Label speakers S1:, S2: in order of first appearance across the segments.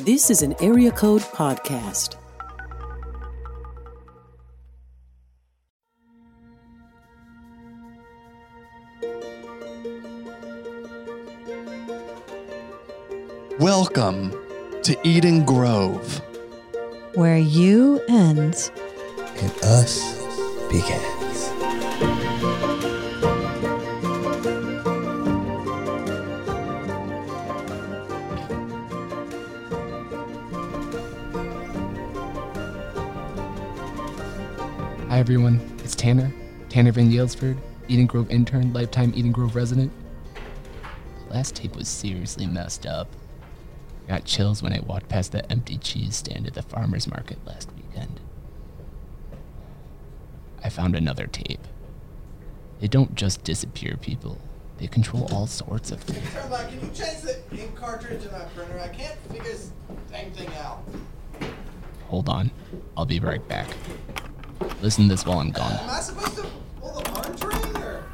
S1: This is an Area Code Podcast.
S2: Welcome to Eden Grove.
S3: where you end.
S4: and us begins.
S5: Hi everyone, it's Tanner. Tanner Van Yalesford, Eden Grove intern, lifetime Eden Grove resident. The last tape was seriously messed up. I got chills when I walked past that empty cheese stand at the farmer's market last weekend. I found another tape. They don't just disappear people, they control all sorts of things.
S6: Grandma, can you change the ink cartridge in my printer? I can't figure this dang thing out.
S5: Hold on, I'll be right back. Listen to this while I'm gone.
S6: Am I supposed to pull the barn train or?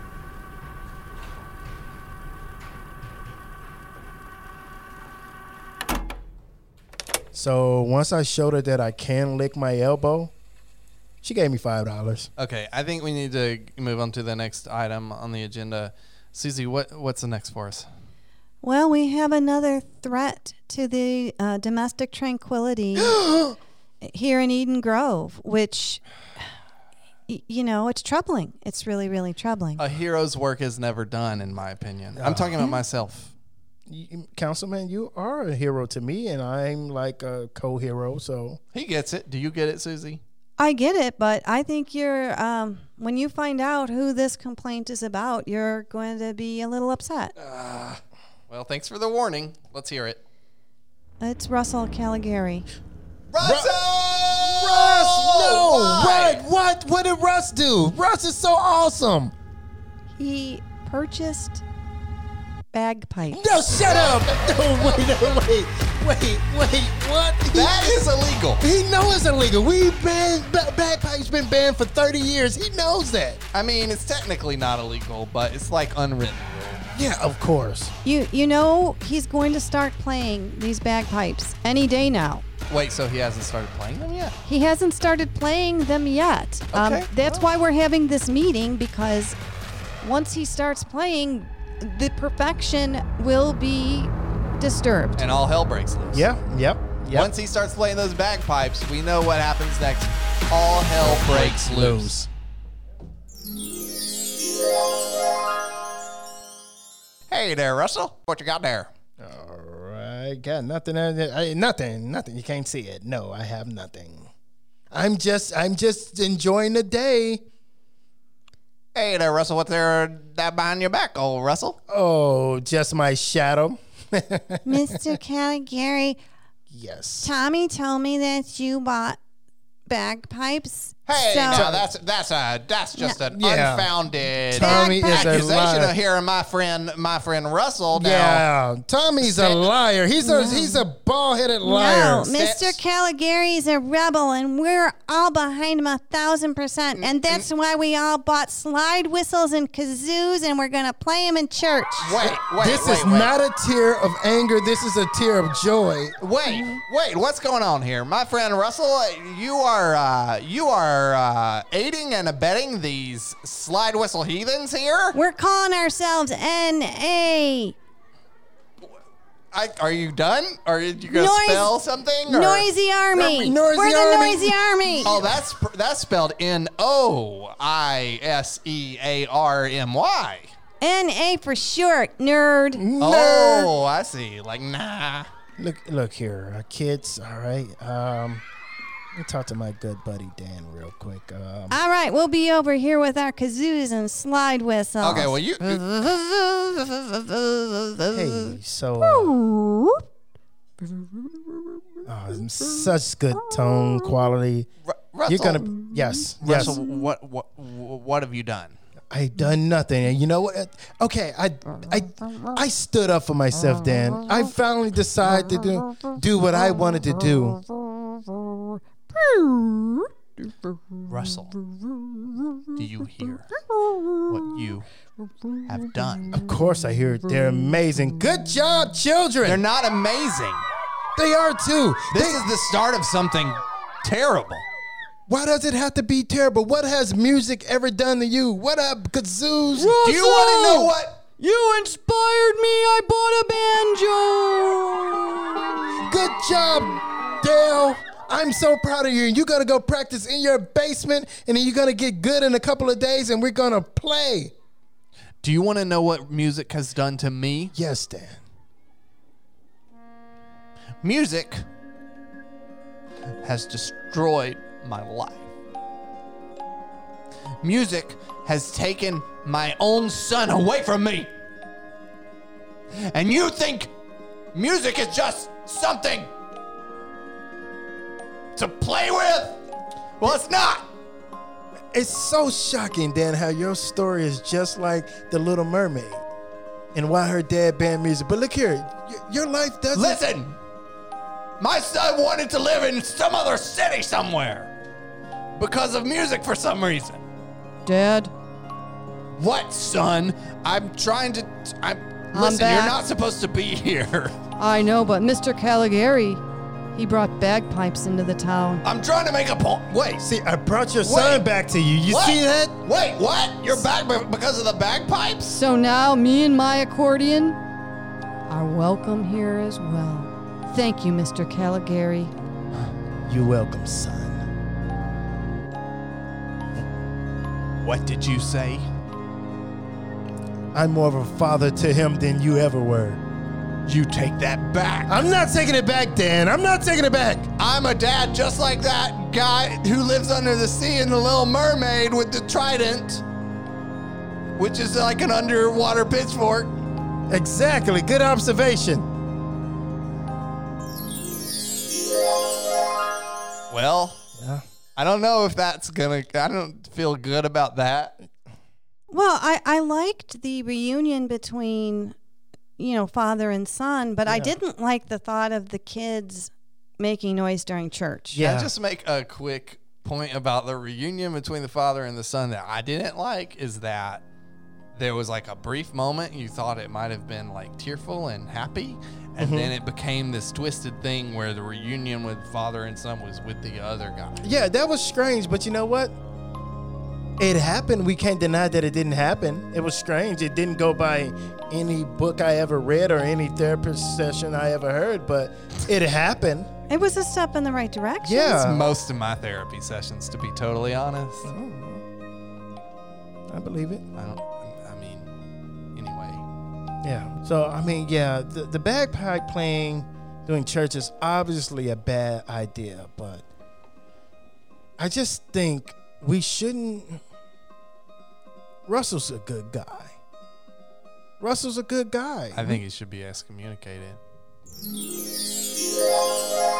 S7: So once I showed her that I can lick my elbow, she gave me five dollars.
S6: Okay, I think we need to move on to the next item on the agenda. Susie, what what's the next for us?
S3: Well, we have another threat to the uh, domestic tranquility here in Eden Grove, which, y- you know, it's troubling. It's really, really troubling.
S6: A hero's work is never done, in my opinion. I'm talking about myself.
S7: You- Councilman, you are a hero to me, and I'm like a co-hero. So
S6: He gets it. Do you get it, Susie?
S3: I get it, but I think you're, um, when you find out who this complaint is about, you're going to be a little upset.
S6: Well, thanks for the warning. Let's hear it.
S3: It's Russell Caligari.
S6: Russell!
S4: Russ, no,
S6: Why?
S4: what, what, what did Russ do? Russ is so awesome.
S3: He purchased bagpipes.
S4: No, shut up. No, wait, no, wait, wait, wait. What?
S6: That is illegal.
S4: He knows it's illegal. We've been ba- bagpipes been banned for 30 years. He knows that.
S6: I mean, it's technically not illegal, but it's like unwritten.
S7: yeah, of course.
S3: You you know he's going to start playing these bagpipes any day now.
S6: Wait, so he hasn't started playing them yet?
S3: He hasn't started playing them yet. Um,
S6: Okay,
S3: that's why we're having this meeting because once he starts playing, the perfection will be disturbed.
S6: And all hell breaks loose.
S7: Yeah, yep, yep.
S6: Once he starts playing those bagpipes, we know what happens next. All hell breaks loose. Hey there, Russell. What you got there?
S7: All right, got nothing. uh, I, I- nothing. Nothing. You can't see it. No, I have nothing. I'm just, I'm just enjoying the day.
S6: Hey there, Russell. What's there that behind your back, old Russell?
S7: Oh, just my shadow.
S3: Mr. Caligari,
S7: Yes.
S3: Tommy told me that you bought bagpipes.
S6: Hey, now that's that's a that's just an
S7: Yeah.
S6: unfounded
S7: Tommy is a
S6: accusation of
S7: liar.
S6: hearing my friend my friend Russell. Now,
S7: Yeah, Tommy's a liar. He's a he's a bald-headed liar.
S3: No, Mr. Caligari is a rebel, and we're all behind him a thousand percent. And that's why we all bought slide whistles and kazoos, and we're gonna play them in church.
S6: Wait, wait,
S7: this
S6: wait,
S7: is
S6: wait.
S7: not a tear of anger. This is a tear of joy.
S6: Wait,
S3: Mm-hmm.
S6: wait, what's going on here? My friend Russell, you are uh, you are uh, aiding and abetting these slide whistle heathens here?
S3: We're calling ourselves N.A.
S6: I, are you done? Are you going to
S3: Noise-
S6: spell something? or-
S3: Noisy Army.
S7: Noisy
S3: we're the
S7: Army.
S3: Noisy Army.
S6: Oh, that's that's spelled N O I S E A R M Y.
S3: N.A. for short, nerd.
S6: Oh, I see. Like nah.
S7: Look, look here, uh, kids. All right. Um, let me talk to my good buddy Dan real quick. Um,
S3: All right, we'll be over here with our kazoos and slide whistles.
S6: Okay, well you
S3: Uh-huh.
S7: hey, so uh, oh, such good tone quality.
S6: Ru- Russell,
S7: You're gonna yes, yes.
S6: Russell, what what what have you done?
S7: I done nothing, and you know what? Okay, I, I, I stood up for myself. Dan, I finally decided to do do what I wanted to do.
S6: Russell, do you hear what you have done?
S7: Of course, I hear it. They're amazing. Good job, children.
S6: They're not amazing.
S7: They are too.
S6: This
S7: They-
S6: is the start of something terrible.
S7: why does it have to be terrible? What has music ever done to you? What have kazoos?
S6: Do you want to know what?
S8: You inspired me. I bought a banjo.
S7: Good job, Dale. I'm so proud of you. You're gonna go practice in your basement, and then you're gonna get good in a couple of days, and we're gonna play.
S6: Do you want to know what music has done to me?
S7: Yes, Dan.
S6: Music has destroyed my life. Music has taken my own son away from me. And you think music is just something to play with? Well, it's not.
S7: It's so shocking, Dan, how your story is just like The Little Mermaid and why her dad banned music. But look here, y- your life doesn't.
S6: Listen, my son wanted to live in some other city somewhere because of music for some reason.
S8: Dad,
S6: What, son? I'm trying to. I'm.
S8: I'm
S6: listen,
S8: back.
S6: you're not supposed to be here.
S8: I know, but Mr. Caligari, he brought bagpipes into the town.
S6: I'm trying to make a point. Wait.
S7: See, I brought your son
S6: Wait.
S7: back to you. You
S6: what?
S7: see that?
S6: Wait, what? You're back be- because of the bagpipes?
S8: So now me and my accordion are welcome here as well. Thank you, Mr. Caligari.
S7: You're welcome, son.
S6: What did you say?
S7: I'm more of a father to him than you ever were.
S6: You take that back.
S7: I'm not taking it back, Dan. I'm not taking it back.
S6: I'm a dad just like that guy who lives under the sea in The Little Mermaid with the trident, which is like an underwater pitchfork.
S7: Exactly. Good observation.
S6: Well, I don't know if that's gonna. I don't feel good about that.
S3: Well, I, I liked the reunion between, you know, father and son, but I didn't like the thought of the kids making noise during church.
S6: Can I just make a quick point about the reunion between the father and the son that I didn't like is that there was like a brief moment you thought it might have been like tearful and happy, and then it became this twisted thing where the reunion with father and son was with the other guy.
S7: Yeah, that was strange, but you know what? It happened. We can't deny that it didn't happen. It was strange. It didn't go by any book I ever read or any therapist session I ever heard, but it happened.
S3: It was a step in the right direction.
S6: That's
S7: Yeah.
S6: most of my therapy sessions, to be totally honest. I
S7: I believe it.
S6: don't. I mean, anyway.
S7: Yeah. So, I mean, yeah, the, the bagpipe playing during church is obviously a bad idea, but I just think we shouldn't. Russell's a good guy. Russell's a good guy.
S6: I think he should be excommunicated.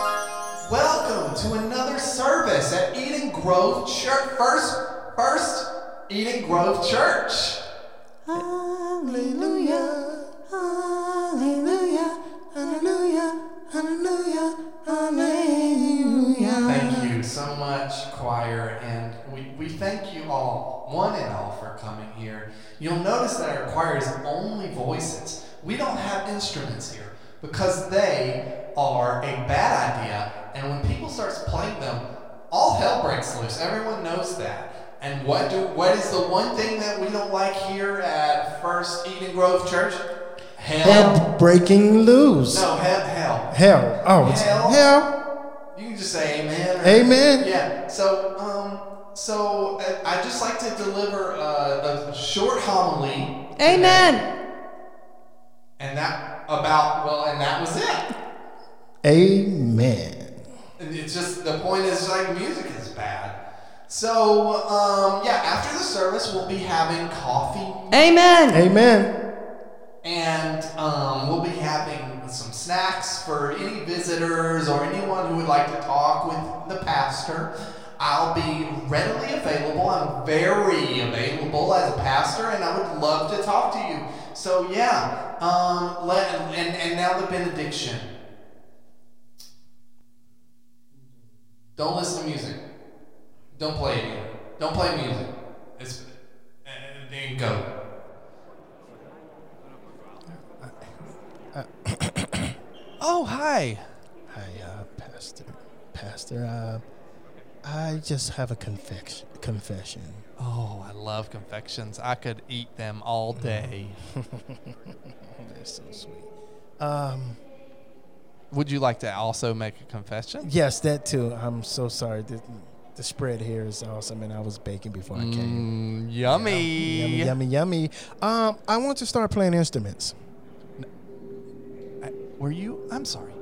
S4: Welcome to another service at Eden Grove Church. First, first Eden Grove Church.
S3: Hallelujah. Hallelujah. Hallelujah. Hallelujah. Hallelujah.
S6: Thank you so much, choir, and we, we thank you all, one and all, for coming here. You'll notice that our choir is only voices. We don't have instruments here because they are a bad idea, and when people starts playing them, all hell breaks loose. Everyone knows that. And what do what is the one thing that we don't like here at First Eden Grove Church? Hell.
S7: Hell breaking loose.
S6: No, hell, hell.
S7: Hell. Oh, it's
S6: Hell.
S7: hell.
S6: You can just say amen. or-
S7: Amen.
S6: Yeah. So, um, so uh, I'd just like to deliver uh, a, a short homily,
S8: Amen.
S6: and that about well, and that was it.
S7: Amen.
S6: And It's just the point is like music is bad. So, um, yeah. After the service, we'll be having coffee,
S8: Amen.
S7: Amen.
S6: and um, we'll be having some snacks for any visitors or anyone who would like to talk with the pastor. I'll be readily available. I'm very available as a pastor, and I would love to talk to you. So yeah, um, let, and and now the benediction. Don't listen to music. Don't play it. either. Don't play music. It's and then go. oh hi.
S7: uh, Pastor, Pastor, uh, I just have a confection, confession.
S6: Oh, I love confections. I could eat them all
S7: Mm.
S6: day.
S7: They're so sweet. Um,
S6: Would you like to also make a confession?
S7: yes, that too. I'm so sorry. The, the spread here is awesome, and I was baking before I came.
S6: Mm, yummy.
S7: Yummy, yummy, yummy. Um, I want to start playing instruments.
S6: Were you? I'm sorry.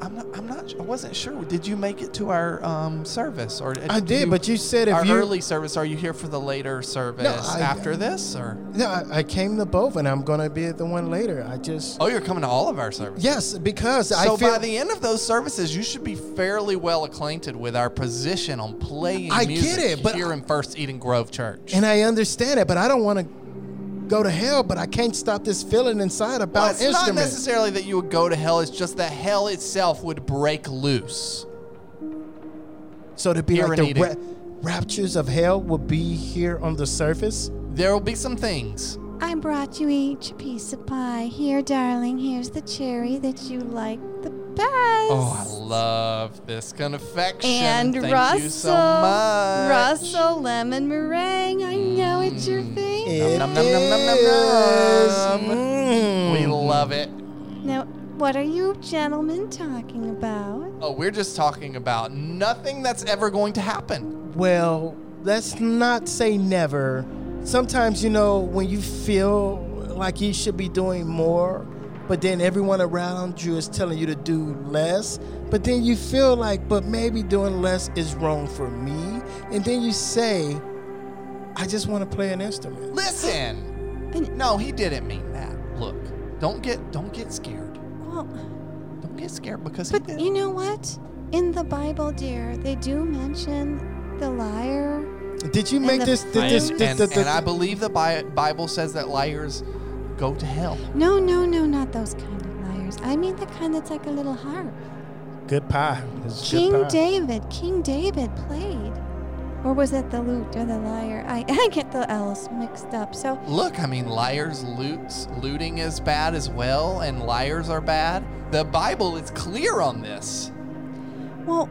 S6: I'm not. I'm not. I wasn't sure. Did you make it to our um, service or?
S7: I did, but you said if
S6: our
S7: you
S6: early service. Are you here for the later service
S7: I- uh,
S6: after this or?
S7: no, I, I came to both, and I'm gonna be at the one later. I just
S6: Oh, you're coming to all of our services.
S7: yes, because
S6: So
S7: I feel
S6: by the end of those services, you should be fairly well acquainted with our position on playing
S7: I get
S6: music
S7: it, but
S6: here
S7: I-
S6: in First Eden Grove Church.
S7: and I understand it, but I don't want to go to hell. But I can't stop this feeling inside about
S6: Well, it's not
S7: instruments.
S6: necessarily that you would go to hell. It's just that hell itself would break loose.
S7: so to be
S6: Here
S7: like
S6: in
S7: the
S6: Eden.
S7: ra- raptures of hell will be here on the surface.
S6: There will be some things.
S3: I brought you each a piece of pie. Here, darling, here's the cherry that you like the best.
S6: Oh, I love this confection.
S3: and
S6: Thank
S3: Russell,
S6: you so much.
S3: Russell lemon meringue. I know it's your
S6: Mm.
S3: favorite.
S7: It
S6: nom, nom, nom, nom, nom,
S7: is.
S6: nom.
S7: Mm.
S6: We love it.
S3: Now, what are you gentlemen talking about?
S6: Oh, we're just talking about nothing that's ever going to happen.
S7: Well, let's not say never. Sometimes, you know, when you feel like you should be doing more, but then everyone around you is telling you to do less, but then you feel like, but maybe doing less is wrong for me. And then you say, I just want to play an instrument.
S6: Listen. No, he didn't mean that. Look, don't get don't get scared.
S3: Well,
S6: Don't get scared because he
S3: but
S6: did.
S3: you know what? In the Bible, dear, they do mention the liar.
S7: Did you make
S3: the
S7: this? Did
S3: I
S7: this,
S3: am-
S7: this-
S6: and,
S7: this-
S6: and I believe the Bi- Bible says that liars go to hell.
S3: No, no, no, not those kind of liars. I mean the kind that's like a little harp.
S7: good pie. It's good
S3: King
S7: pie.
S3: David, King David played. Or was it the lute or the lyre? I, I get the L's mixed up. So
S6: Look, I mean, liars loots. Looting is bad as well, and liars are bad. The Bible is clear on this.
S3: Well,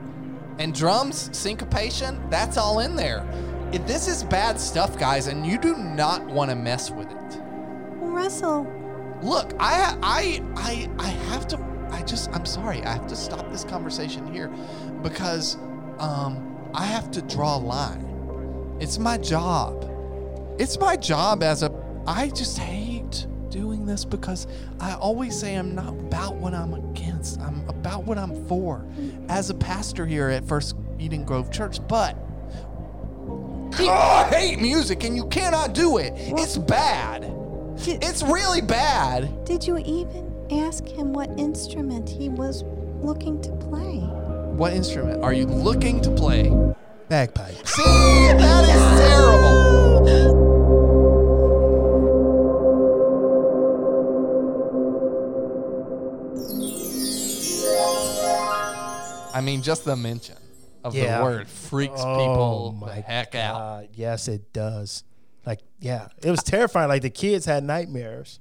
S6: And drums, syncopation, that's all in there. If this is bad stuff, guys, and you do not want to mess with it.
S3: Russell,
S6: Look, I, I, I, I have to. I just, I'm sorry. I have to stop this conversation here because um, I have to draw a line. It's my job. It's my job as a. I just hate doing this because I always say I'm not about what I'm against. I'm about what I'm for, as a pastor here at First Eden Grove Church. But I hate music, and you cannot do it. It's bad.
S3: did,
S6: It's really bad.
S3: did you even ask him what instrument he was looking to play?
S6: What instrument are you looking to play?
S7: Bagpipe.
S6: See, that is terrible. I mean, just the mention of
S7: Yeah.
S6: the word freaks
S7: Oh
S6: people
S7: my
S6: the heck out.
S7: God, Uh, yes, it does. Like, yeah, it was terrifying. Like the kids had nightmares.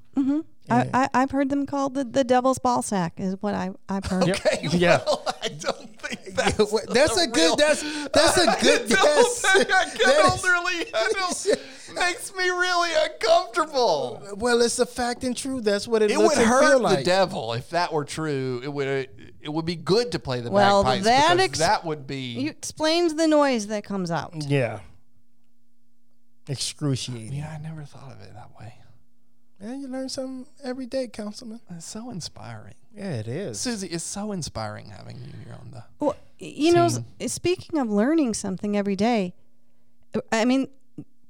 S3: I, I, I've heard them called the, the devil's ball sack, is what I, I've heard.
S6: Okay,
S7: Yeah.
S6: well, I don't think that's,
S7: Wait, That's a
S6: real-
S7: good. That's that's a good
S6: I don't
S7: guess.
S6: think I could
S7: That is-
S6: elderly handle makes me really uncomfortable.
S7: well, it's a fact and true. That's what it,
S6: It
S7: looks
S6: would
S7: and feel
S6: hurt the
S7: like.
S6: devil if that were true. It would it would be good to play the
S3: Well,
S6: bagpipes
S3: that
S6: because
S3: ex-
S6: that would be
S3: You explains the noise that comes out.
S7: yeah, excruciating.
S6: Yeah, I never thought of it that way.
S7: Yeah, you learn something every day, councilman.
S6: It's so inspiring.
S7: Yeah, it is.
S6: Susie, it's so inspiring having you here on the
S3: Well, you know, s- speaking of learning something every day, I mean,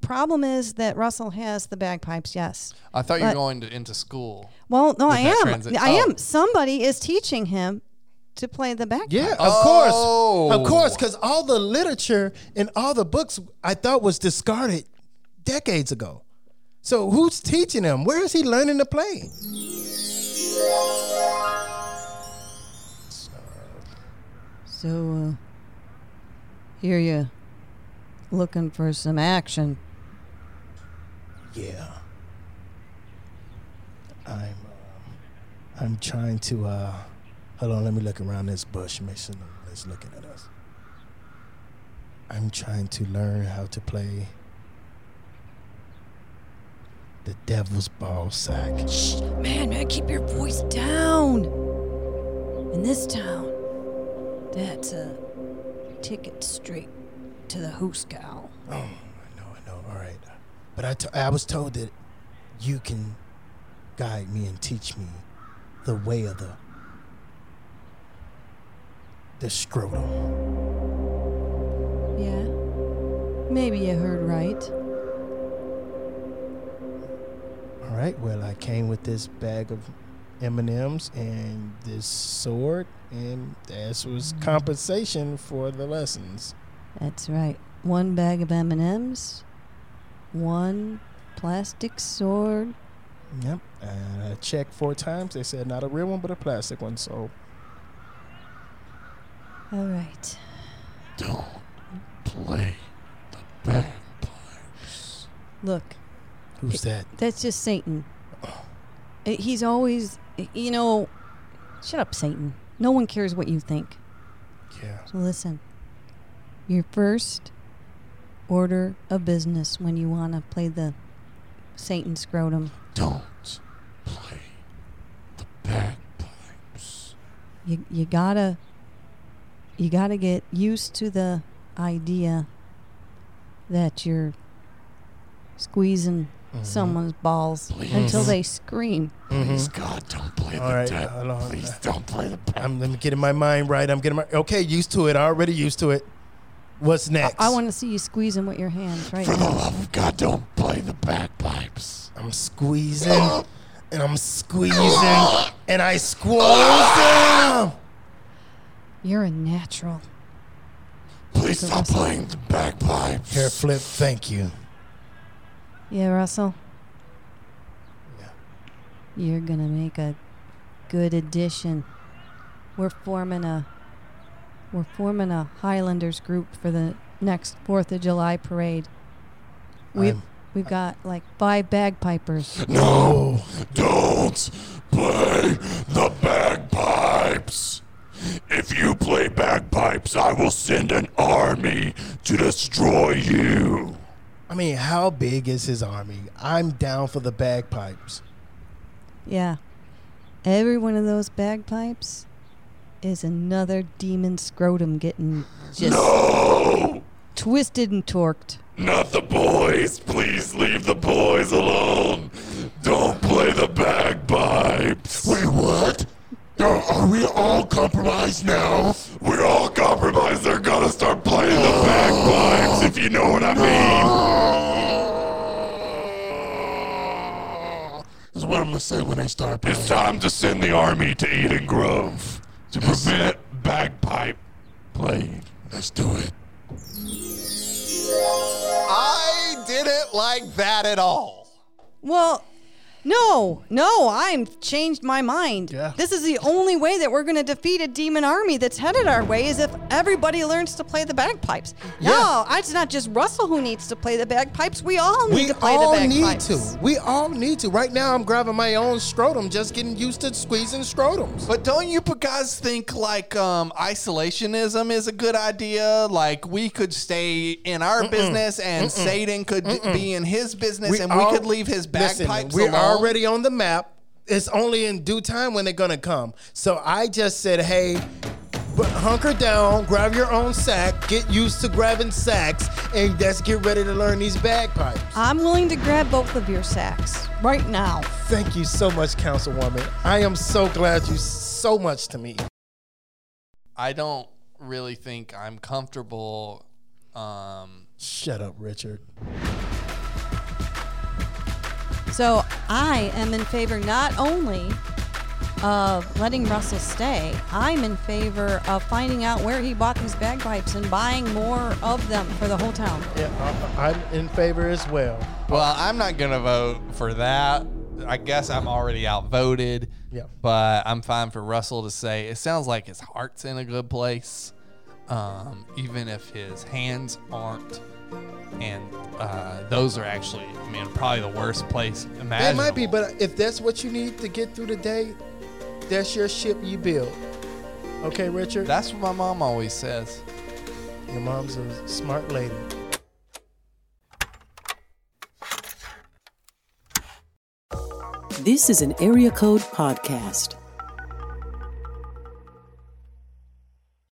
S3: problem is that Russell has the bagpipes, yes.
S6: I thought you were
S3: But-
S6: going to, into school.
S3: Well, no, I
S6: that
S3: am.
S6: transit-
S3: I
S6: oh.
S3: am. Somebody is teaching him to play the bagpipe.
S7: Yeah, of
S6: Oh.
S7: course, of course, because all the literature and all the books I thought was discarded decades ago. So who's teaching him? Where is he learning to play?
S8: So, uh, here you looking for some action.
S7: Yeah. I'm. um I'm trying to. uh Hold on, let me look around this bush. Make sure no one's looking at us. I'm trying to learn how to play the devil's ball sack.
S3: Shh, man, man, keep your voice down. In this town, that's a ticket straight to the Hooskow.
S7: Oh, I know, I know. All right. But I, t- I was told that you can guide me and teach me the way of the the scrotum.
S3: Yeah. Maybe you heard right.
S7: All right. Well, I came with this bag of M&Ms and this sword and this was compensation for the lessons.
S3: That's right. One bag of M&Ms, one plastic sword.
S7: Yep. And I checked four times. They said not a real one but a plastic one. So
S3: All right.
S9: Play the bagpipe.
S3: Look,
S7: who's that?
S3: that's just Satan. Uh, He's always, you know, shut up, Satan. No one cares what you think.
S7: Yeah.
S3: So listen, your first order of business when you want to play the Satan scrotum,
S9: Don't play the bagpipes.
S3: you, you gotta you gotta get used to the idea that you're squeezing someone's balls until
S9: Mm-hmm. Please.
S3: they scream.
S9: Please, God, don't play
S7: Mm-hmm. All
S9: the
S7: right,
S9: dead.
S7: hold on.
S9: Please don't play the bagpipes.
S7: I'm, I'm getting my mind right. I'm getting my okay. Used to it. Already used to it. What's next?
S3: I want to see you squeezing with your hands right
S9: For the
S3: now.
S9: love of God, don't play the bagpipes.
S7: I'm squeezing, and I'm squeezing, and I squeeze them.
S9: Ah!
S3: You're a natural.
S9: Please stop playing the bagpipes.
S7: Hair flip. Thank you.
S3: Yeah, Russell.
S7: Yeah.
S3: You're gonna make a good addition. We're forming a we're forming a Highlanders group for the next Fourth of July parade. We've
S7: I'm-
S3: we've got like five bagpipers.
S9: No, don't play the bagpipes. If you play bagpipes, I will send an army to destroy you.
S7: I mean, how big is his army? I'm down for the bagpipes.
S3: Yeah. Every one of those bagpipes is another demon scrotum getting just
S9: No,
S3: twisted and torqued.
S9: not the boys. Please leave the boys alone. Don't play the bagpipes. Wait, what?
S7: Uh,
S9: Are, are we all compromised now? We're all compromised. They're gonna start playing the bagpipes, if you know what I mean. Is what I'm gonna say when they start playing. It's time to send the army to Eden Grove to prevent bagpipe playing. Let's do it.
S10: I didn't like that at all.
S8: Well, no, no, I'm changed my mind.
S7: Yeah.
S8: This is the only way that we're going to defeat a demon army that's headed our way is if everybody learns to play the bagpipes. No, it's not just Russell who needs to play the bagpipes. We all need
S7: We
S8: to play
S7: all
S8: the
S7: need
S8: bagpipes.
S7: to. We all need to. Right now, I'm grabbing my own scrotum, just getting used to squeezing scrotums.
S6: But don't you guys think like um, isolationism is a good idea? Like we could stay in our business and Satan could be in his business and
S7: al-
S6: we could leave his
S7: Listen,
S6: bagpipes
S7: We're
S6: alone.
S7: already on the map. It's only in due time when they're gonna come. So I just said, hey, b- hunker down, grab your own sack, get used to grabbing sacks, and let's get ready to learn these bagpipes.
S8: I'm willing to grab both of your sacks right now.
S7: Thank you so much, Councilwoman. I am so glad you so much to me.
S6: I don't really think I'm comfortable. Um,
S7: Shut up, Richard.
S8: So I am in favor not only of letting Russell stay, I'm in favor of finding out where he bought these bagpipes and buying more of them for the whole town.
S7: Yeah, I- I'm in favor as well.
S6: well, I'm not gonna vote for that. I guess I'm already outvoted.
S7: Yeah.
S6: But I'm fine for Russell to say it sounds like his heart's in a good place, um, even if his hands aren't. And uh, those are actually, I mean, probably the worst place imaginable.
S7: It might be, but if that's what you need to get through the day, that's your ship you build.
S9: Okay, Richard?
S6: That's what my mom always says.
S9: Your mom's a smart lady.
S1: This is an Area Code Podcast.